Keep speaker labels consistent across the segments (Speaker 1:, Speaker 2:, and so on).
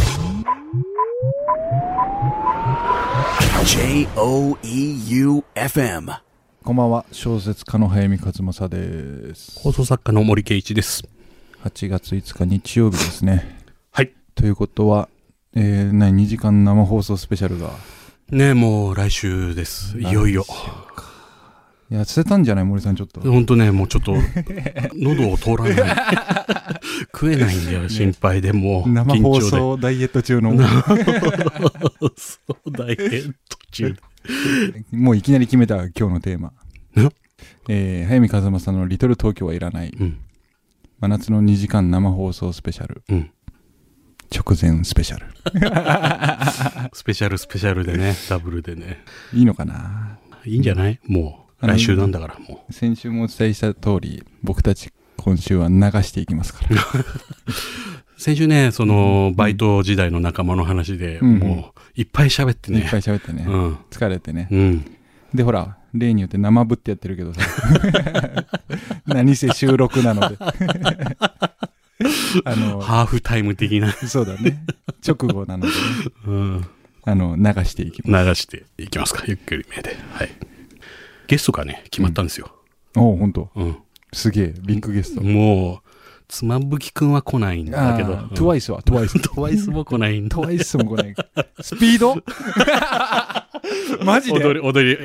Speaker 1: E J-O-E-U-F-M
Speaker 2: こんばんは、小説家の早見和正です。
Speaker 3: 放送作家の森圭一です。
Speaker 2: 8月5日日曜日ですね。
Speaker 3: はい。
Speaker 2: ということは、えー、何、2時間生放送スペシャルが。
Speaker 3: ねえ、もう来週です。いよいよ
Speaker 2: 来。週か。いや、捨てたんじゃない森さん、ちょっと。
Speaker 3: ほんとね、もうちょっ と、喉を通らない。 食えないんだよ、心配で、もう。
Speaker 2: 生放
Speaker 3: 緊張
Speaker 2: 送ダイエット中の、
Speaker 3: で。 そうだよ、途中。
Speaker 2: もういきなり決めた今日のテーマ
Speaker 3: え。
Speaker 2: えー、早見和正のリトル東京はいらない。
Speaker 3: うん、
Speaker 2: 真夏の2時間生放送スペシャル。
Speaker 3: うん。
Speaker 2: 直前スペシャル。
Speaker 3: スペシャルスペシャルで ね、ダブルでね。
Speaker 2: いいのかない
Speaker 3: いんじゃないもう、
Speaker 2: あの
Speaker 3: 来週なんだから、も
Speaker 2: 先週もお伝えした通り、僕たち今週は流していきますから。
Speaker 3: う。先週ね、その、バイト時代の仲間の話で、
Speaker 2: うん
Speaker 3: もう、いっぱい喋って
Speaker 2: いっ
Speaker 3: ね
Speaker 2: ぱ。い喋ってね。
Speaker 3: うん。
Speaker 2: 疲れてね。
Speaker 3: うん。
Speaker 2: で、ほら、例によって生ぶってやってるけど さ。何せ収録なので。あの、
Speaker 3: ハーフタイム的な、
Speaker 2: そうだね。直後なので、ね、
Speaker 3: うん、
Speaker 2: あの、流していきま
Speaker 3: 流していきますか。ゆっくりめで。はい。ゲストがね、決まったんですよ。
Speaker 2: す。おう、ほんと。
Speaker 3: うん。
Speaker 2: すげえ、ビッグゲスト。
Speaker 3: もう、つまぶきくんは来ないんだけど。
Speaker 2: トゥワイスは、トゥワ イス。
Speaker 3: トワイスも来ないんだ
Speaker 2: ト。ゥワイスも来ない。スピー ドマジで
Speaker 3: 踊り、踊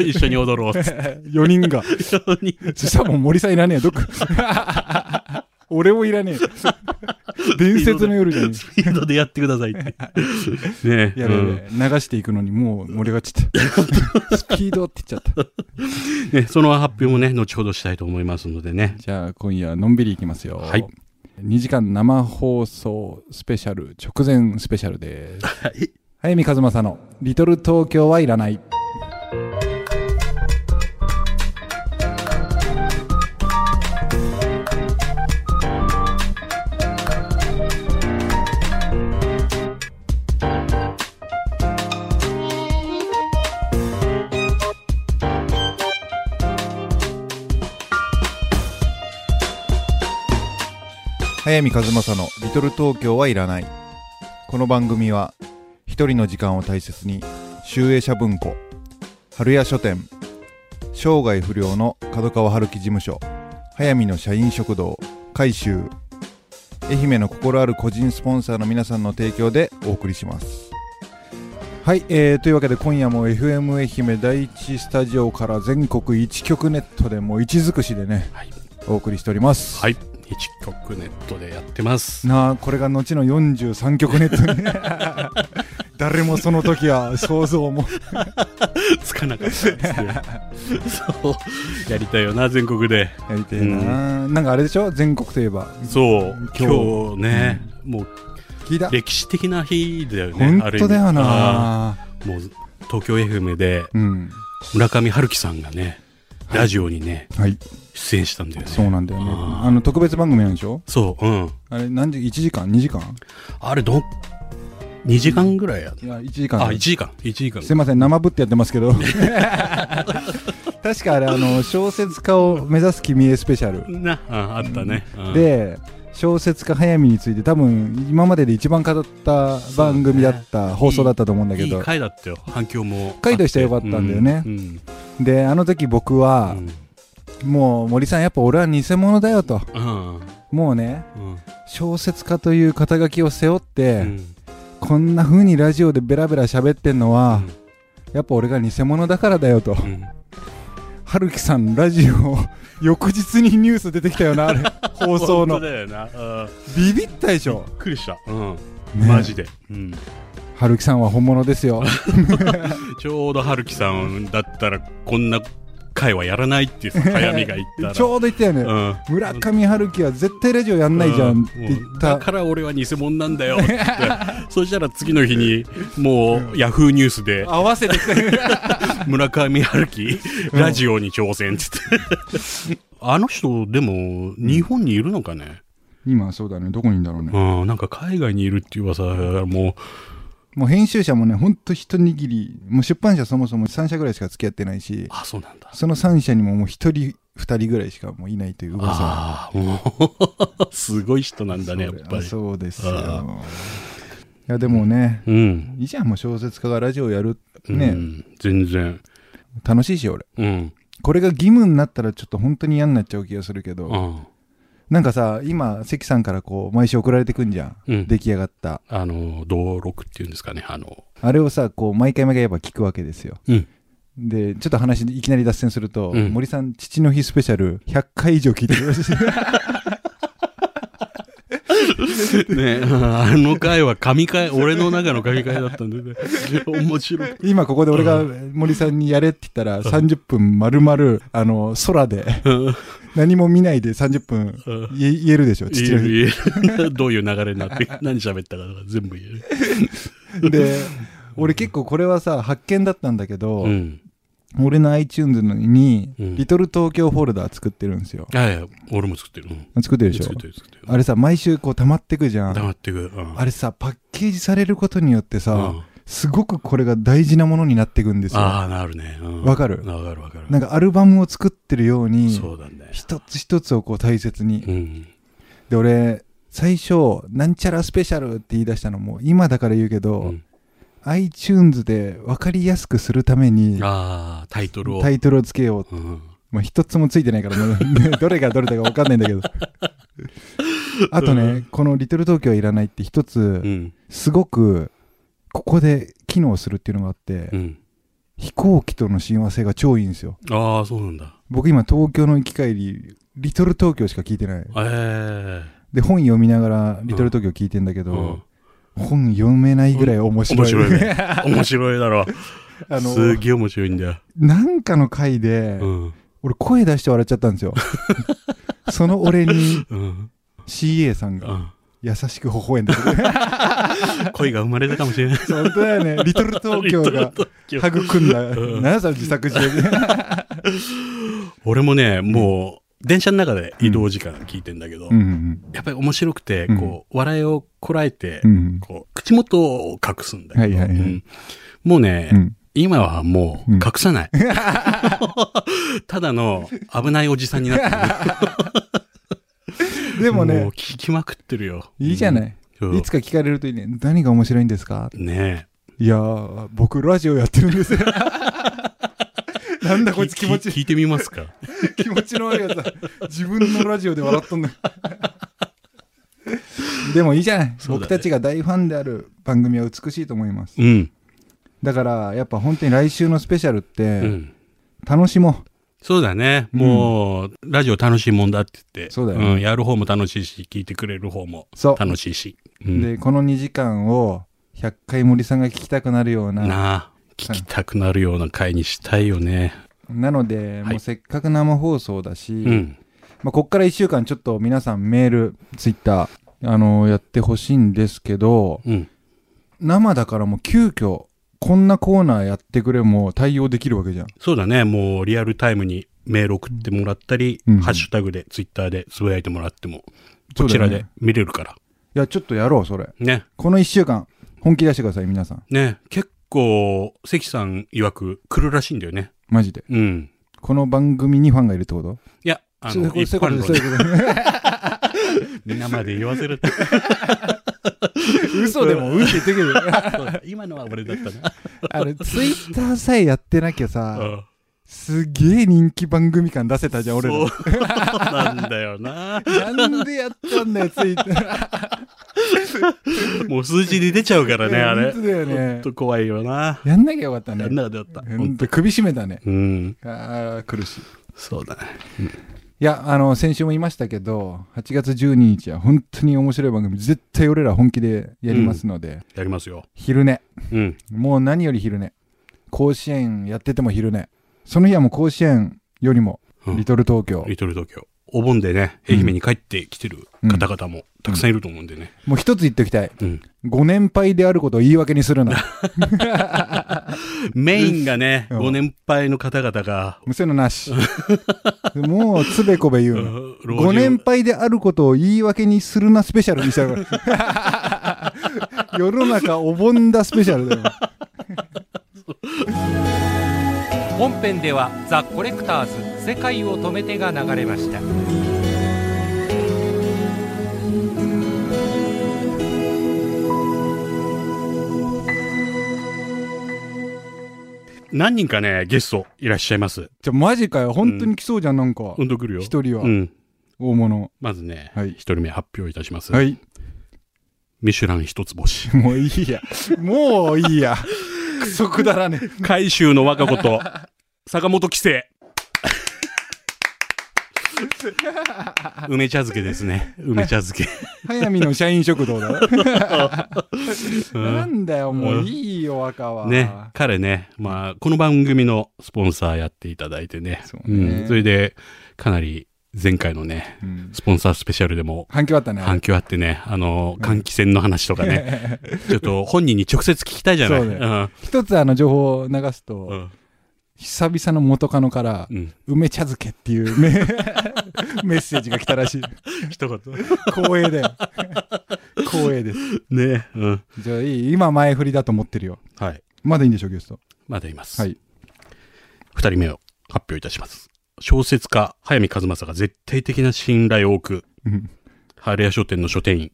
Speaker 3: り、 一緒に踊ろうっつって。
Speaker 2: ?4 人が。そしたらもう森さんいらねえよ、どっか。 俺もいらねえよ。 伝説の夜じゃん。
Speaker 3: スピードでやってくださいっ て。ねえ
Speaker 2: やべやべ、流していくのにもう俺がちょっ とスピードって言っちゃった。
Speaker 3: うんね。その発表もね、後ほどしたいと思いますのでね。
Speaker 2: じゃあ今夜のんびりいきますよ。
Speaker 3: はい
Speaker 2: 2時間生放送スペシャル、直前スペシャルです。
Speaker 3: はい。
Speaker 2: 早見和正のリトル東京はいらない。
Speaker 4: 早見和正の「リトル東京はいらない」この番組は一人の時間を大切に集英社文庫春屋書店生涯不良の角川春樹事務所早見の社員食堂改修愛媛の心ある個人スポンサーの皆さんの提供でお送りします
Speaker 2: はい、えー、というわけで今夜も FM 愛媛第一スタジオから全国一局ネットでもう一尽くしでね、
Speaker 3: はい
Speaker 2: お送りしております。
Speaker 3: はい。一曲ネットでやっ てます。
Speaker 2: なあこれが後の43曲ネット に誰もその時は想像も
Speaker 3: つかなかったですね。そう。やりたいよな、全国で。
Speaker 2: やりてえな、なんかあれでしょ全国といえば
Speaker 3: そう
Speaker 2: 今
Speaker 3: 今
Speaker 2: 日
Speaker 3: 日ね、もう
Speaker 2: 聞いた
Speaker 3: 歴史的な日だよね
Speaker 2: 本
Speaker 3: ある意
Speaker 2: 当
Speaker 3: 味
Speaker 2: だよ
Speaker 3: あ
Speaker 2: な
Speaker 3: ーもう東京 FM で
Speaker 2: うん
Speaker 3: 村上春樹さんがねラジオにね
Speaker 2: はい
Speaker 3: 出演したんだよね
Speaker 2: そうなんだよね
Speaker 3: あ
Speaker 2: あの特別番組なんでしょ
Speaker 3: そううん
Speaker 2: あれ何時1時間2時間
Speaker 3: あれどん2時間ぐらいや
Speaker 2: いや1時間
Speaker 3: あ1時間1時間
Speaker 2: すいません生ぶってやってますけど 確かあれあの小説家を目指す君へスペシャル
Speaker 3: なああったね、うん
Speaker 2: で小説家早見について多分今までで一番語った番組だった、放送だったと思うんだけ
Speaker 3: い
Speaker 2: ど
Speaker 3: い回だったよ反響も
Speaker 2: 回としては良かったんだよね
Speaker 3: うんうん
Speaker 2: であの時僕は、もう森さんやっぱ俺は偽物だよと
Speaker 3: うん
Speaker 2: もうね
Speaker 3: うん
Speaker 2: 小説家という肩書きを背負っ
Speaker 3: う
Speaker 2: て、
Speaker 3: ん
Speaker 2: こんな風にラジオでベラベラ喋ってんのは、
Speaker 3: うん
Speaker 2: やっぱ俺が偽物だからだよと
Speaker 3: うん
Speaker 2: 春樹さんラジオ 翌日にニュース出てきたよなあれ放送
Speaker 3: 本当
Speaker 2: の
Speaker 3: だよなうん
Speaker 2: ビビったでしょ
Speaker 3: びっくりしたうん
Speaker 2: ね
Speaker 3: マジでうん
Speaker 2: 春樹さんは本物 ですよ
Speaker 3: ちょうど春樹さんだったらこんな会はやらないっていうさ早見が言ったら
Speaker 2: ちょうど言ったよね、
Speaker 3: うん
Speaker 2: 村上春樹は絶対ラジオやんないじゃんって言
Speaker 3: うん
Speaker 2: った、
Speaker 3: だから俺は偽物なん だよってそしたら次の日にもうヤフーニュースで
Speaker 2: 合わせてきた
Speaker 3: 村上春樹
Speaker 2: うん
Speaker 3: ラジオに挑戦っつってあの人でも日本にいるのかね、
Speaker 2: 今そうだねどこにいんだろうね、
Speaker 3: うん、なんか海外にいるっていう噂も
Speaker 2: もう編集者もねほんと一握りもう出版社そもそも3社ぐらいしか付き合ってないし
Speaker 3: あそうなんだ
Speaker 2: その3社にももう1人2人ぐらいしかもういないという噂
Speaker 3: ああもうすごい人なんだねやっぱ
Speaker 2: それ
Speaker 3: り
Speaker 2: そうです
Speaker 3: あ
Speaker 2: よやでもね
Speaker 3: うん。
Speaker 2: いいじゃんもう小説家がラジオやる
Speaker 3: う
Speaker 2: ね
Speaker 3: ん。全然。
Speaker 2: 楽しいし俺
Speaker 3: うん。
Speaker 2: これが義務になったらちょっと本当に嫌になっちゃう気がするけど
Speaker 3: あ
Speaker 2: なんかさ今関さんからこう毎週送られてくんじゃん
Speaker 3: あうん。
Speaker 2: 出来上がった
Speaker 3: あの、道録っていうんですかね。あの、
Speaker 2: あれをさこう毎回毎回やっぱ聞くわけですよ
Speaker 3: うん。
Speaker 2: でちょっと話いきなり脱線すると、
Speaker 3: うん
Speaker 2: 森さん父の日スペシャル100回以上聞いてるらし い
Speaker 3: ね あの回は神回、俺の中の神回だったんで ね。面白い。
Speaker 2: 今ここで俺が森さんにやれって言ったら30分丸々あの空で
Speaker 3: うん
Speaker 2: 何も見ないで30分
Speaker 3: うん
Speaker 2: 言え言えるでしょ父の日
Speaker 3: 言える どういう流れにな って、何喋ったかとか全部言える。
Speaker 2: で俺結構これはさ発見だったんだけど、
Speaker 3: うん。
Speaker 2: 俺の iTunes のに、
Speaker 3: うん
Speaker 2: リトル東京フォルダー作ってるんですよ
Speaker 3: はいはい、俺も作ってる。うん
Speaker 2: 作ってるでしょ
Speaker 3: 作ってる、作ってる。
Speaker 2: あれさ毎週こう溜まってくじゃん
Speaker 3: 黙ってく。うん
Speaker 2: あれさパッケージされることによってさ、
Speaker 3: うん
Speaker 2: すごくこれが大事なものになっていくんですよ
Speaker 3: ああ、なるね。うん
Speaker 2: わかる
Speaker 3: わかるわかる。
Speaker 2: なんかアルバムを作ってるように
Speaker 3: そうだね。
Speaker 2: 一つ一つをこう大切に、
Speaker 3: うん。
Speaker 2: で俺最初なんちゃらスペシャルって言い出したのも今だから言うけど、
Speaker 3: うん
Speaker 2: iTunes で分かりやすくするために
Speaker 3: ああ、タイトルを。
Speaker 2: タイトルをつけよう
Speaker 3: うん
Speaker 2: まあ、一つもついてないから、まだ ねどれがどれだか分かんないんだけど。あとね、この「リトル東京はいらない」って一つ
Speaker 3: う、ん。
Speaker 2: すごく、ここで機能するっていうのがあって、
Speaker 3: うん。
Speaker 2: 飛行機との親和性が超いいんですよ。
Speaker 3: ああ、そうなんだ。
Speaker 2: 僕今東京の行き帰り、リトル東京しか聞いてない。
Speaker 3: え
Speaker 2: で、本読みながらリトル東京聞いてんだけ
Speaker 3: え。う
Speaker 2: ど、
Speaker 3: ん
Speaker 2: 本読めないぐらい面白
Speaker 3: 面
Speaker 2: い。
Speaker 3: 白いね。面白いだろ。
Speaker 2: あの、
Speaker 3: すげえ面白いんだよ。
Speaker 2: なんかの回で、
Speaker 3: うん。
Speaker 2: 俺声出して笑っちゃったんです よ。その俺に
Speaker 3: うん。
Speaker 2: CA さんが、
Speaker 3: うん
Speaker 2: 優しく微笑んで くれる。
Speaker 3: 恋が生まれたかもしれない。
Speaker 2: 本当だよね。リトル東京が
Speaker 3: 京
Speaker 2: 育んだ、
Speaker 3: うん
Speaker 2: 7歳自作自演で。
Speaker 3: 俺もね、もう、電車の中で移動時間聞いてんだけど、
Speaker 2: うん
Speaker 3: やっぱり面白くて、こう、笑いをこらえて
Speaker 2: うんう、ん。
Speaker 3: こう、口元を隠すんだけど、
Speaker 2: はいはいはい
Speaker 3: うんもうね、
Speaker 2: うん
Speaker 3: 今はもう
Speaker 2: うん
Speaker 3: 隠さ ない。 ただの危ないおじさんになって
Speaker 2: で
Speaker 3: る。
Speaker 2: も
Speaker 3: う
Speaker 2: ね、
Speaker 3: 聞きまくってるよ。
Speaker 2: いいじゃない。
Speaker 3: うん。
Speaker 2: いつか聞かれるといいね。何が面白いんですか
Speaker 3: ね
Speaker 2: いやー、僕ラジオやってるん ですよ。なん
Speaker 3: え。
Speaker 2: だこいつ気持
Speaker 3: き
Speaker 2: ち、
Speaker 3: 聞いてみますか。
Speaker 2: 気持ちの悪いやつだ。自分のラジオで笑っとんだ。でもいいじゃない、
Speaker 3: そうだね
Speaker 2: 僕たちが大ファンである番組は美しいと思います。
Speaker 3: うん。
Speaker 2: だから、やっぱ本当に来週のスペシャルっ
Speaker 3: う
Speaker 2: て、
Speaker 3: ん。
Speaker 2: 楽しもう。
Speaker 3: そうだね。もう、ラジオ楽しいもんだって言って。
Speaker 2: そうだよね
Speaker 3: ん。やる方も楽しいし、聞いてくれる方も
Speaker 2: そう。
Speaker 3: 楽しいし。うん、
Speaker 2: で、この2時間を100回森さんが聞きたくなるような。な
Speaker 3: なあ、聞きたくなるような回にしたいよね。
Speaker 2: ので、
Speaker 3: はい
Speaker 2: もうせっかく生放送だし、
Speaker 3: うん。
Speaker 2: まあ、こっから1週間ちょっと皆さんメール、ツイッター、あのやってほしいんですけど、
Speaker 3: うん。
Speaker 2: 生だからもう急遽、こんなコーナーやってくれも対応できるわけじゃん。
Speaker 3: そうだね。もうリアルタイムにメール送ってもらったり、
Speaker 2: うん
Speaker 3: ハッシュタグで、ツイッターでつぶやいてもらっても、
Speaker 2: そう
Speaker 3: こ
Speaker 2: だ
Speaker 3: ち
Speaker 2: よね
Speaker 3: らで見れるから。
Speaker 2: いや、ちょっとやろう、それ。
Speaker 3: ね。
Speaker 2: この1週間、本気出してください、皆さん。
Speaker 3: ね。結構、関さん曰く来るらしいんだよね。
Speaker 2: マジで。
Speaker 3: うん。
Speaker 2: この番組にファンがいるってこと
Speaker 3: いや、あ
Speaker 2: そういう
Speaker 3: の、
Speaker 2: こと
Speaker 3: 一
Speaker 2: そうい
Speaker 3: 般
Speaker 2: うことそう
Speaker 3: 論
Speaker 2: いうこ と
Speaker 3: 皆まで言わせる。
Speaker 2: 嘘でも、うんって言ってくる。
Speaker 3: そうだ今のは俺だったな。
Speaker 2: あれ、ツイッターさえやってなきゃさ、
Speaker 3: うん
Speaker 2: すげえ人気番組感出せたじゃん、俺ら。
Speaker 3: そうなんだよな。
Speaker 2: なんでやったんだよ、ツイッタ ー。
Speaker 3: もう数字で出ちゃうからね、あれ。
Speaker 2: 本当
Speaker 3: ち
Speaker 2: だよ
Speaker 3: ょ
Speaker 2: ね
Speaker 3: っと怖いよな。
Speaker 2: やんなきゃよかった
Speaker 3: な
Speaker 2: ね
Speaker 3: ん。だかった。
Speaker 2: ほんと首絞めたね。
Speaker 3: うん。
Speaker 2: ああ、苦しい。
Speaker 3: そうだね。
Speaker 2: いや、あの、先週も言いましたけど、8月12日は本当に面白い番組、絶対俺ら本気でやりますので、
Speaker 3: やりますよ。
Speaker 2: 昼寝。
Speaker 3: うん。
Speaker 2: もう何より昼寝。甲子園やってても昼寝。その日はもう甲子園よりも、
Speaker 3: うん
Speaker 2: リトル東京。
Speaker 3: リトル東京。お盆でね、愛媛に帰ってきてる方々もたくさんいると思うんでね。
Speaker 2: もう一つ言っておきたい。
Speaker 3: うん。
Speaker 2: ご年配であることを言い訳にするな。
Speaker 3: メインがね、
Speaker 2: うん
Speaker 3: ご年配の方々が、
Speaker 2: 無線のなし。もう、つべこべ言うな。
Speaker 3: 老
Speaker 2: ご年
Speaker 3: 人
Speaker 2: 配であることを言い訳にするなスペシャルにしたから 世の中お盆だスペシャルだよ。
Speaker 5: 本編では「ザ・コレクターズ世界を止めて」が流れました
Speaker 3: 何人かね、ゲストいらっしゃいます。
Speaker 2: じゃ、マジかよ。本当に来そうじゃん、なんか
Speaker 3: う。んと来るよ。
Speaker 2: 一人は
Speaker 3: う、ん。
Speaker 2: 大物。
Speaker 3: まずね、一、
Speaker 2: はい
Speaker 3: 人目発表いたします。
Speaker 2: はい。
Speaker 3: ミシュラン一つ星。
Speaker 2: もういいや。もういいや。クソくだらねえ。
Speaker 3: 海州の若子と、坂本規生。梅茶漬けですね。梅茶漬け。
Speaker 2: 早見の社員食堂だ。
Speaker 3: うん
Speaker 2: なんだよ、もういいよ、若は。
Speaker 3: ね、彼ね、まあ、この番組のスポンサーやっていただいてね。
Speaker 2: そうね
Speaker 3: んそれで、かなり前回のね、
Speaker 2: うん
Speaker 3: スポンサースペシャルでも
Speaker 2: 反響あったね。
Speaker 3: 反響あってね、あの、換気扇の話とかね、 ちょっと本人に直接聞きたいじゃない。
Speaker 2: そうね一つあの情報を流すと、
Speaker 3: うん
Speaker 2: 久々の元カノから、
Speaker 3: うん。
Speaker 2: 梅茶漬けっていう メメッセージが来たらしい。
Speaker 3: 一言。
Speaker 2: 光栄だよ。光栄です。
Speaker 3: ね。うん。
Speaker 2: じゃあいい今前振りだと思ってるよ。
Speaker 3: はい。
Speaker 2: まだいいんでしょ、ゲスト。
Speaker 3: まだいます。
Speaker 2: はい。
Speaker 3: 二人目を発表いたします。小説家、早見和正が絶対的な信頼を置く、
Speaker 2: うん
Speaker 3: 春屋書店の書店員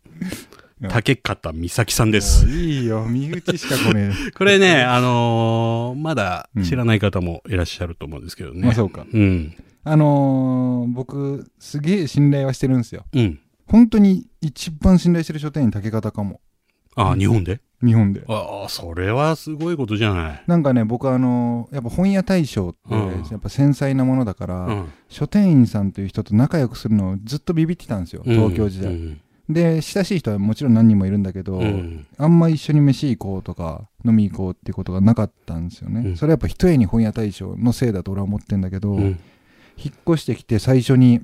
Speaker 2: うん、
Speaker 3: 竹方美咲さんです。
Speaker 2: もういいよ、身内しか来ね
Speaker 3: これね、あのーまだ
Speaker 2: うん
Speaker 3: 知らない方もいらっしゃると思うんですけど
Speaker 2: え。
Speaker 3: ね。
Speaker 2: まあそうか。
Speaker 3: うん。
Speaker 2: あのー僕、すげえ信頼はしてるんですよ。
Speaker 3: うん。
Speaker 2: 本当に一番信頼してる書店員竹方かも。
Speaker 3: ああ、日本で
Speaker 2: 日本で。
Speaker 3: ああ、それはすごいことじゃない。
Speaker 2: なんかね、僕あのーやっぱ本屋大賞って、
Speaker 3: うん
Speaker 2: やっぱ繊細なものだから、
Speaker 3: うん。
Speaker 2: 書店員さんという人と仲良くするのをずっとビビってたんですよ、東京時代。
Speaker 3: うん
Speaker 2: で、親しい人はもちろん何人もいるんだけど、
Speaker 3: うん
Speaker 2: あんま一緒に飯行こうとか飲み行こうっていうことがなかったんですよね、
Speaker 3: うん
Speaker 2: それはやっぱ一重に本屋大賞のせいだと俺は思ってんだけど、
Speaker 3: うん
Speaker 2: 引っ越してきて最初に、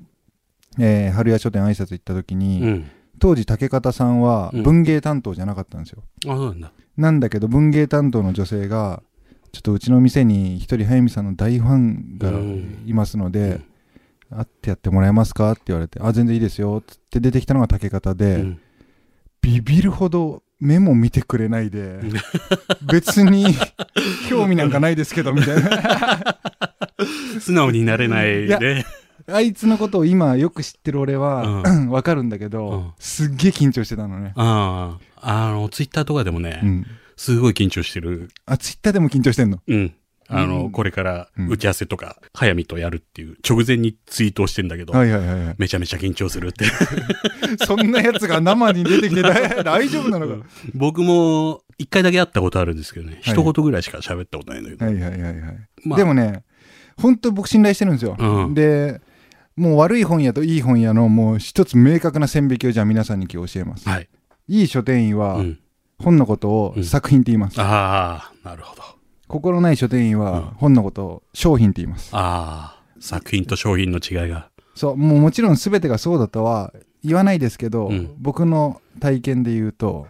Speaker 2: えー春屋書店挨拶行った時に、
Speaker 3: うん
Speaker 2: 当時竹方さんは
Speaker 3: うん
Speaker 2: 文芸担当じゃなかったんですよ、
Speaker 3: あそうなんだ。
Speaker 2: なんだけど文芸担当の女性がちょっとうちの店に一人速水さんの大ファンがいますので、会ってやってもらえますかって言われてあ全然いいですよっつって出てきたのが竹方で、
Speaker 3: うん
Speaker 2: ビビるほど目も見てくれない で
Speaker 3: ん、
Speaker 2: 別に興味なんかないですけど、みたい な。
Speaker 3: 素直になれない
Speaker 2: いや
Speaker 3: ね。
Speaker 2: あいつのことを今よく知ってる俺は、
Speaker 3: う
Speaker 2: わかるんだけど、
Speaker 3: うん
Speaker 2: すっげえ緊張してたのね。
Speaker 3: ああ、あの、ツイッターとかでもね、
Speaker 2: うん。
Speaker 3: すごい緊張してる。
Speaker 2: あ、ツイッターでも緊張してんの。
Speaker 3: うん。あの、
Speaker 2: うん
Speaker 3: これから
Speaker 2: うん
Speaker 3: 打ち合わせとか、早見とやるっていう、直前にツイートをしてんだけど、
Speaker 2: はいはいはいはい。
Speaker 3: めちゃめちゃ緊張するって。
Speaker 2: そんなやつが生に出てきて大大丈夫なのか。
Speaker 3: 僕も、一回だけ会ったことあるんですけどね、
Speaker 2: はい
Speaker 3: 一言ぐらいしか喋ったことないんだけど。
Speaker 2: はいはいはいはい。
Speaker 3: まあ
Speaker 2: でもね、本当僕信頼してるんですよ。
Speaker 3: うん
Speaker 2: で、もう悪い本屋といい本屋のもう一つ明確な線引きをじゃあ皆さんに今日教えます。
Speaker 3: はい。
Speaker 2: いい書店員は
Speaker 3: うん。
Speaker 2: 本のことを
Speaker 3: うん
Speaker 2: 作品って言います。
Speaker 3: ああ、なるほど。
Speaker 2: 心ない書店員
Speaker 3: うん
Speaker 2: は本のことを商品って言います。
Speaker 3: ああ、作品と商品の違いが。
Speaker 2: そう、もうもちろん全てがそうだとは言わないですけど、
Speaker 3: うん
Speaker 2: 僕の体験で言うと、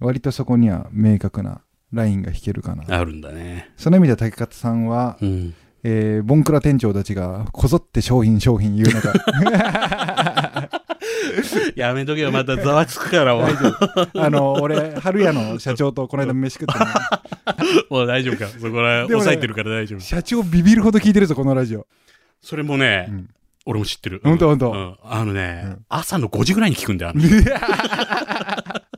Speaker 2: 割とそこには明確なラインが引けるかな。
Speaker 3: あるんだね。
Speaker 2: その意味で竹勝さんは、
Speaker 3: うん。
Speaker 2: えー、ボンクラ店長たちがこぞって商品商品言うのが、
Speaker 3: やめとけよ、またざわつくから、もう
Speaker 2: あの、俺、春屋の社長とこの間飯食ったの。
Speaker 3: もう大丈夫か。そこ
Speaker 2: で
Speaker 3: ら、
Speaker 2: もね
Speaker 3: 抑えてるから大丈夫。
Speaker 2: 社長ビビるほど聞いてるぞ、このラジオ。
Speaker 3: それもね、
Speaker 2: うん
Speaker 3: 俺も知ってる。
Speaker 2: ほんとほんと
Speaker 3: うんあのね、
Speaker 2: うん
Speaker 3: 朝の5時ぐらいに聞くんだよ、あの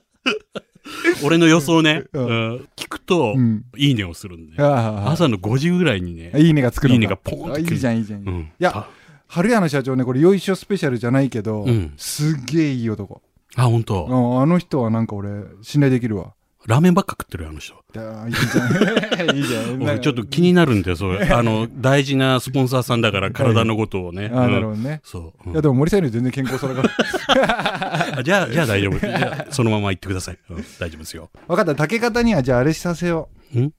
Speaker 3: 俺の予想ね、
Speaker 2: うん
Speaker 3: うん聞くと、
Speaker 2: うん。
Speaker 3: いいねをするんで、
Speaker 2: あ
Speaker 3: 朝の5時ぐらいにね
Speaker 2: あ、、いいねが作る
Speaker 3: いい
Speaker 2: んだ
Speaker 3: ねがポン
Speaker 2: あ
Speaker 3: と
Speaker 2: い
Speaker 3: 来る
Speaker 2: いじゃん、いいじゃん。
Speaker 3: うん、
Speaker 2: や
Speaker 3: あ、
Speaker 2: 春屋の社長ね、これ、よいしょスペシャルじゃないけど、
Speaker 3: うん
Speaker 2: すっげえいい男。
Speaker 3: あ、本当、
Speaker 2: うんあの人はなんか俺、信頼できるわ。
Speaker 3: ラーメンばっか食ってるよ、あの人。
Speaker 2: いやいいじゃん。 いいじゃん。なん
Speaker 3: 俺
Speaker 2: か
Speaker 3: ちょっと気になるんだ よ、それ。あの、大事なスポンサーさんだから、体のことをね。
Speaker 2: ああ、なる
Speaker 3: う
Speaker 2: ほど
Speaker 3: ん
Speaker 2: ね。
Speaker 3: そう、
Speaker 2: いうや、
Speaker 3: ん
Speaker 2: でも森さんより全然健康そうだから。
Speaker 3: あじゃあ、じゃあ大丈夫。じゃあそのまま行ってください。うん大丈夫ですよ。
Speaker 2: 分かった、竹方にはじゃああれさせよう。
Speaker 3: ん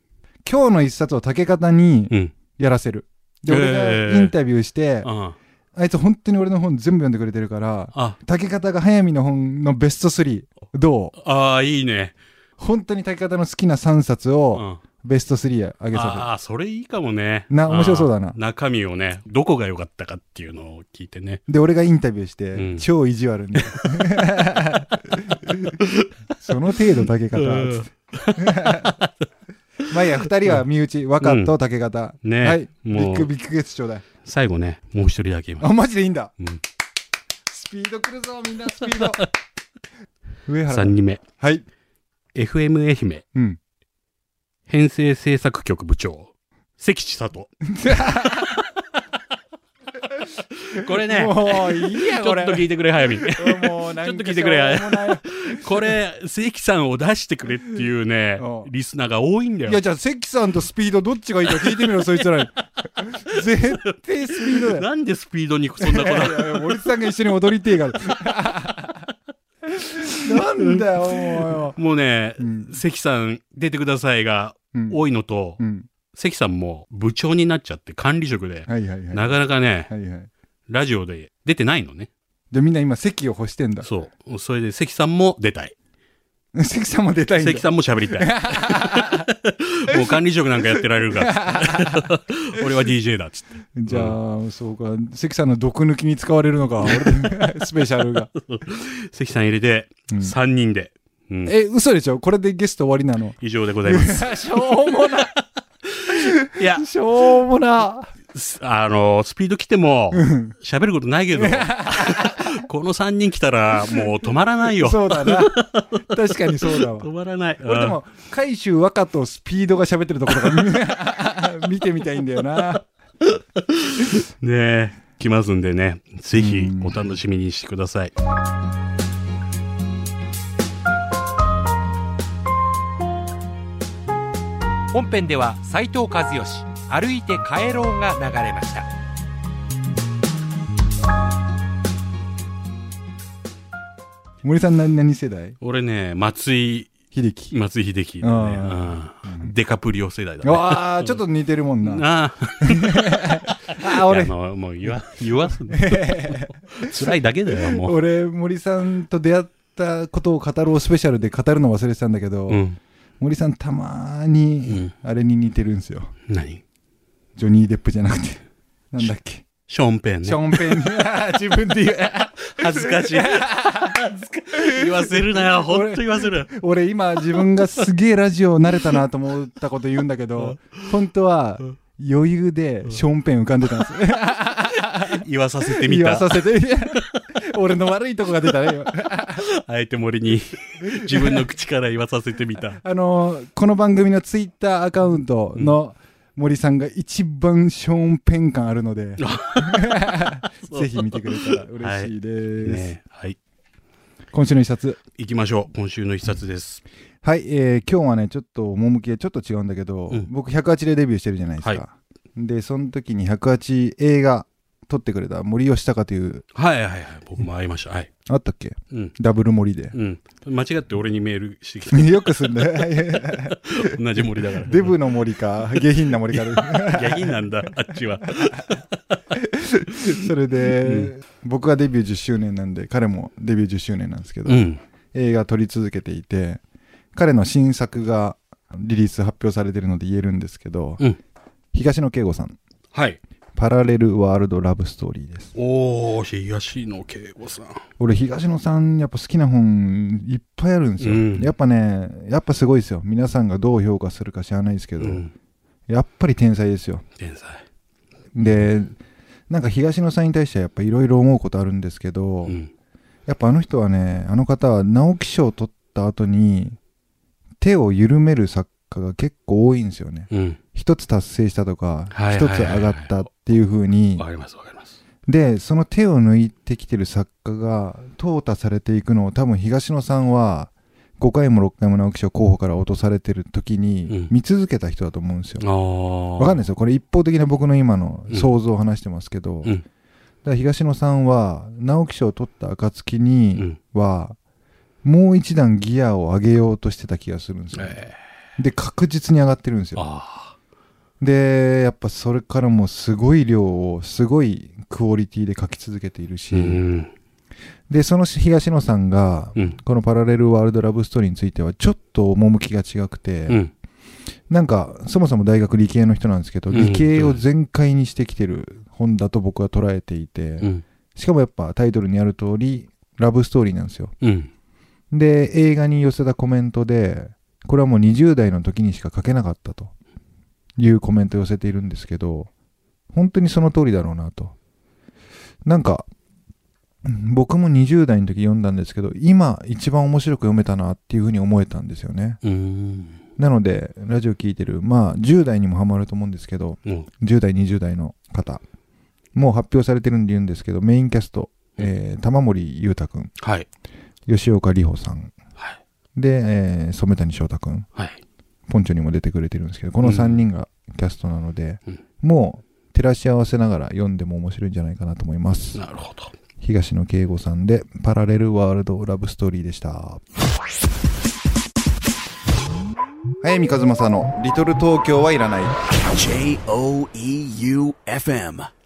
Speaker 2: 今日の一冊を竹方に
Speaker 3: うん。
Speaker 2: やらせる。で、
Speaker 3: えー
Speaker 2: 俺がインタビューして、
Speaker 3: あ
Speaker 2: あいつ本当に俺の本全部読んでくれてるから、
Speaker 3: あ、
Speaker 2: 竹方が早見の本のベスト3、どう
Speaker 3: ああ、いいね。
Speaker 2: 本当に竹方の好きな3冊
Speaker 3: う
Speaker 2: を
Speaker 3: ん。
Speaker 2: ベスト3へあげさせる。
Speaker 3: ああ、それいいかもね。
Speaker 2: な面白そうだ
Speaker 3: あ
Speaker 2: な
Speaker 3: あ中身をね、どこが良かったかっていうのを聞いてね。
Speaker 2: で、俺がインタビューして、
Speaker 3: うん
Speaker 2: 超意地悪 に。その程度竹方。
Speaker 3: うん
Speaker 2: つってまあいいや、二人は身内、若と竹方。
Speaker 3: ね
Speaker 2: はい。ビ
Speaker 3: もう
Speaker 2: ッグビッグゲスちょうだい。
Speaker 3: 最後ね、もう一人だけ今。
Speaker 2: あ、マジでいいんだ。
Speaker 3: うん
Speaker 2: スピード来るぞ、みんな、スピー ド。上
Speaker 3: 3
Speaker 2: 原。
Speaker 3: 人目。
Speaker 2: はい。
Speaker 3: FM 愛媛
Speaker 2: うん。
Speaker 3: 編成制作局部長、関地里。これね、
Speaker 2: もういい
Speaker 3: ちょ
Speaker 2: や
Speaker 3: っと
Speaker 2: これ
Speaker 3: 聞いてくれ、早 見。
Speaker 2: もうなんか
Speaker 3: ちょっと聞いてくれや
Speaker 2: しょうもない
Speaker 3: これ、関さんを出してくれっていうね
Speaker 2: う、ん
Speaker 3: リスナーが多いんだ
Speaker 2: いや
Speaker 3: よ。
Speaker 2: じゃあ関さんとスピードどっちがいいか聞いてみろそいつ らに絶対スピードだよ
Speaker 3: なんでスピードにそんなこだわる
Speaker 2: いやいや森さんが一緒に踊りてえ からなんだよも
Speaker 3: もうね
Speaker 2: う、ん
Speaker 3: 関さん出てくださいが
Speaker 2: うん
Speaker 3: 多いのと
Speaker 2: う、ん
Speaker 3: 関さんも部長になっちゃって管理職で、
Speaker 2: はいはいはい
Speaker 3: なかなかね、
Speaker 2: はいはい
Speaker 3: ラジオで出てないのね。
Speaker 2: でみんな今席を欲してんだ
Speaker 3: そう。それで関さんも出たい。
Speaker 2: 関さんも出たいんだ
Speaker 3: 関さんも喋りたい。 もう管理職なんかやってられるから。俺は DJ だっつって。
Speaker 2: じゃあ、そうか関さんの毒抜きに使われるのか 俺スペシャルが、
Speaker 3: 関さん入れて、
Speaker 2: うん
Speaker 3: 3人で。うん
Speaker 2: え嘘でしょこれでゲスト終わりなの
Speaker 3: 以上でございます。
Speaker 2: しょうも ない
Speaker 3: や、
Speaker 2: しょうもな
Speaker 3: すあの、スピード来ても、喋ることな いけど、この3人来たら、もう止まらないよ。
Speaker 2: そうだな確かにそうだわ
Speaker 3: 止まらない。
Speaker 2: 俺でも、海舟若とスピードが喋ってるところが見てみたいんだよな。
Speaker 3: うんねえ来ますんでね、ぜひお楽しみにしてください。
Speaker 5: 本編では斉藤和義歩いて帰ろうが流れました
Speaker 2: 森さん何何世代
Speaker 3: 俺ね、松井、
Speaker 2: 秀樹。
Speaker 3: 松井秀喜だね
Speaker 2: あ。
Speaker 3: うんデカプリオ世代だ ね。
Speaker 2: わあ、ちょっと似てるもんな。
Speaker 3: なあ。
Speaker 2: あ、
Speaker 3: い
Speaker 2: 俺、
Speaker 3: やもうもう言わ、言 わすの。辛いだけだよ、もう。
Speaker 2: 俺、森さんと出会ったことを語ろうスペシャルで語るの忘れてたんだけど、
Speaker 3: うん。
Speaker 2: 森さんたまー
Speaker 3: う
Speaker 2: に
Speaker 3: ん、
Speaker 2: あれに似てるんですよ。
Speaker 3: 何
Speaker 2: ジョニー・デップじゃなく て。なんだっけ。
Speaker 3: ショーンペン
Speaker 2: ショ
Speaker 3: ね。
Speaker 2: ーンペンに、自分で言う。
Speaker 3: 恥ずかしい。恥ずか言わせるなよ。ほんと言わせる。
Speaker 2: 俺今自分がすげえラジオ慣れたなと思ったこと言うんだけど、本当は余裕でショーンペン浮かんでたんですよ。
Speaker 3: 言わさせてみ
Speaker 2: 言わ
Speaker 3: た。
Speaker 2: させて。 俺の悪いとこが出たね。今
Speaker 3: あえて森に自分の口から言わさせてみた。
Speaker 2: あのーこの番組のツイッターアカウントの森さんが一番ショーンペン感あるの で、ぜひ見てくれたら嬉しいです。
Speaker 3: ねはい。
Speaker 2: 今週の一冊。
Speaker 3: 行きましょう。今週の一冊です。
Speaker 2: はい、えー今日はね、ちょっと趣がちょっと違うんだけど、
Speaker 3: うん
Speaker 2: 僕、108でデビューしてるじゃないですか。
Speaker 3: はい
Speaker 2: で、その時に108映画撮ってくれた森吉高という、
Speaker 3: はいはいはい。僕も会いました。はい。
Speaker 2: あったっけ
Speaker 3: うん。。
Speaker 2: ダブル森で
Speaker 3: うん。間違って俺にメールしてきた。
Speaker 2: よ くすんね。
Speaker 3: 同じ森だから。
Speaker 2: デブの森か、下品な森かで。
Speaker 3: 下品なんだ、あっちは。
Speaker 2: それで、僕がデビュー10周年なんで、彼もデビュー10周年なんですけど、
Speaker 3: うん。
Speaker 2: 映画撮り続けていて、彼の新作がリリース発表されてるので言えるんですけど、
Speaker 3: うん
Speaker 2: 東野圭吾さん、
Speaker 3: はい。
Speaker 2: パラレルワールドラブストーリーです。
Speaker 3: おー、東野圭吾さん。
Speaker 2: 俺東野さんやっぱ好きな本いっぱいあるんですよ、
Speaker 3: うん
Speaker 2: やっぱねやっぱすごいですよ皆さんがどう評価するか知らないですけど、
Speaker 3: うん。
Speaker 2: やっぱり天才ですよ
Speaker 3: 天才。
Speaker 2: でなんか東野さんに対してはやっぱいろいろ思うことあるんですけど、
Speaker 3: うん。
Speaker 2: やっぱあの人はねあの方は直木賞を取った後に手を緩める作家が結構多いんですよね
Speaker 3: うん。
Speaker 2: 一つ達成したとか
Speaker 3: はいはい
Speaker 2: 一
Speaker 3: はい
Speaker 2: つ上がったっていう風に
Speaker 3: わかります、わかります。
Speaker 2: でその手を抜いてきてる作家が淘汰されていくのを多分東野さんは5回も6回も直木賞候補から落とされてる時
Speaker 3: うん
Speaker 2: に見続けた人だと思うんですよ。
Speaker 3: あー。
Speaker 2: わかんない
Speaker 3: ない。
Speaker 2: ですよこれ一方的な僕の今の
Speaker 3: うん
Speaker 2: 想像を話してますけど、
Speaker 3: う
Speaker 2: だ
Speaker 3: ん
Speaker 2: から東野さんは直木賞を取った暁
Speaker 3: う
Speaker 2: に
Speaker 3: ん。
Speaker 2: はもう一段ギアを上げようとしてた気がするんですよ、
Speaker 3: え
Speaker 2: で確実に上がってるんです
Speaker 3: ー、
Speaker 2: よ
Speaker 3: あ
Speaker 2: でやっぱそれからもすごい量をすごいクオリティで書き続けているし、
Speaker 3: ー。うん。
Speaker 2: で、その東野さんが、
Speaker 3: うん。
Speaker 2: このパラレルワールドラブストーリーについては、ちょっと趣が違くて、
Speaker 3: うん。
Speaker 2: なんか、そもそも大学理系の人なんですけど、
Speaker 3: うん
Speaker 2: 理系を全開にしてきてる本だと僕は捉えていて、
Speaker 3: うん。
Speaker 2: しかもやっぱタイトルにある通り、ラブストーリーなんですよ。
Speaker 3: うん。
Speaker 2: で、映画に寄せたコメントで、これはもう20代の時にしか書けなかったというコメントを寄せているんですけど、本当にその通りだろうなと。なんか、うん僕も20代の時読んだんですけど、今一番面白く読めたなっていうふうに思えたんですよね。
Speaker 3: うん。
Speaker 2: なので、ラジオ聞いてる、まあ、10代にもハマると思うんですけど、
Speaker 3: うん。
Speaker 2: 10代、20代の方、もう発表されてるんで言うんですけど、メインキャスト、えー玉森裕太くん、
Speaker 3: はい。
Speaker 2: 吉岡里帆さん、
Speaker 3: はい
Speaker 2: で、えー染谷翔太くん、
Speaker 3: はい。
Speaker 2: ポンチョにも出てくれてるんですけど、この3人がキャストなので、
Speaker 3: うん
Speaker 2: もう照らし合わせながら読んでも面白いんじゃないかなと思います。
Speaker 3: なるほど。
Speaker 2: 東野圭吾さんで、パラレルワールドラブストーリーでした。
Speaker 4: 早見和正の「リトル東京はいらない」
Speaker 1: J O E U F M.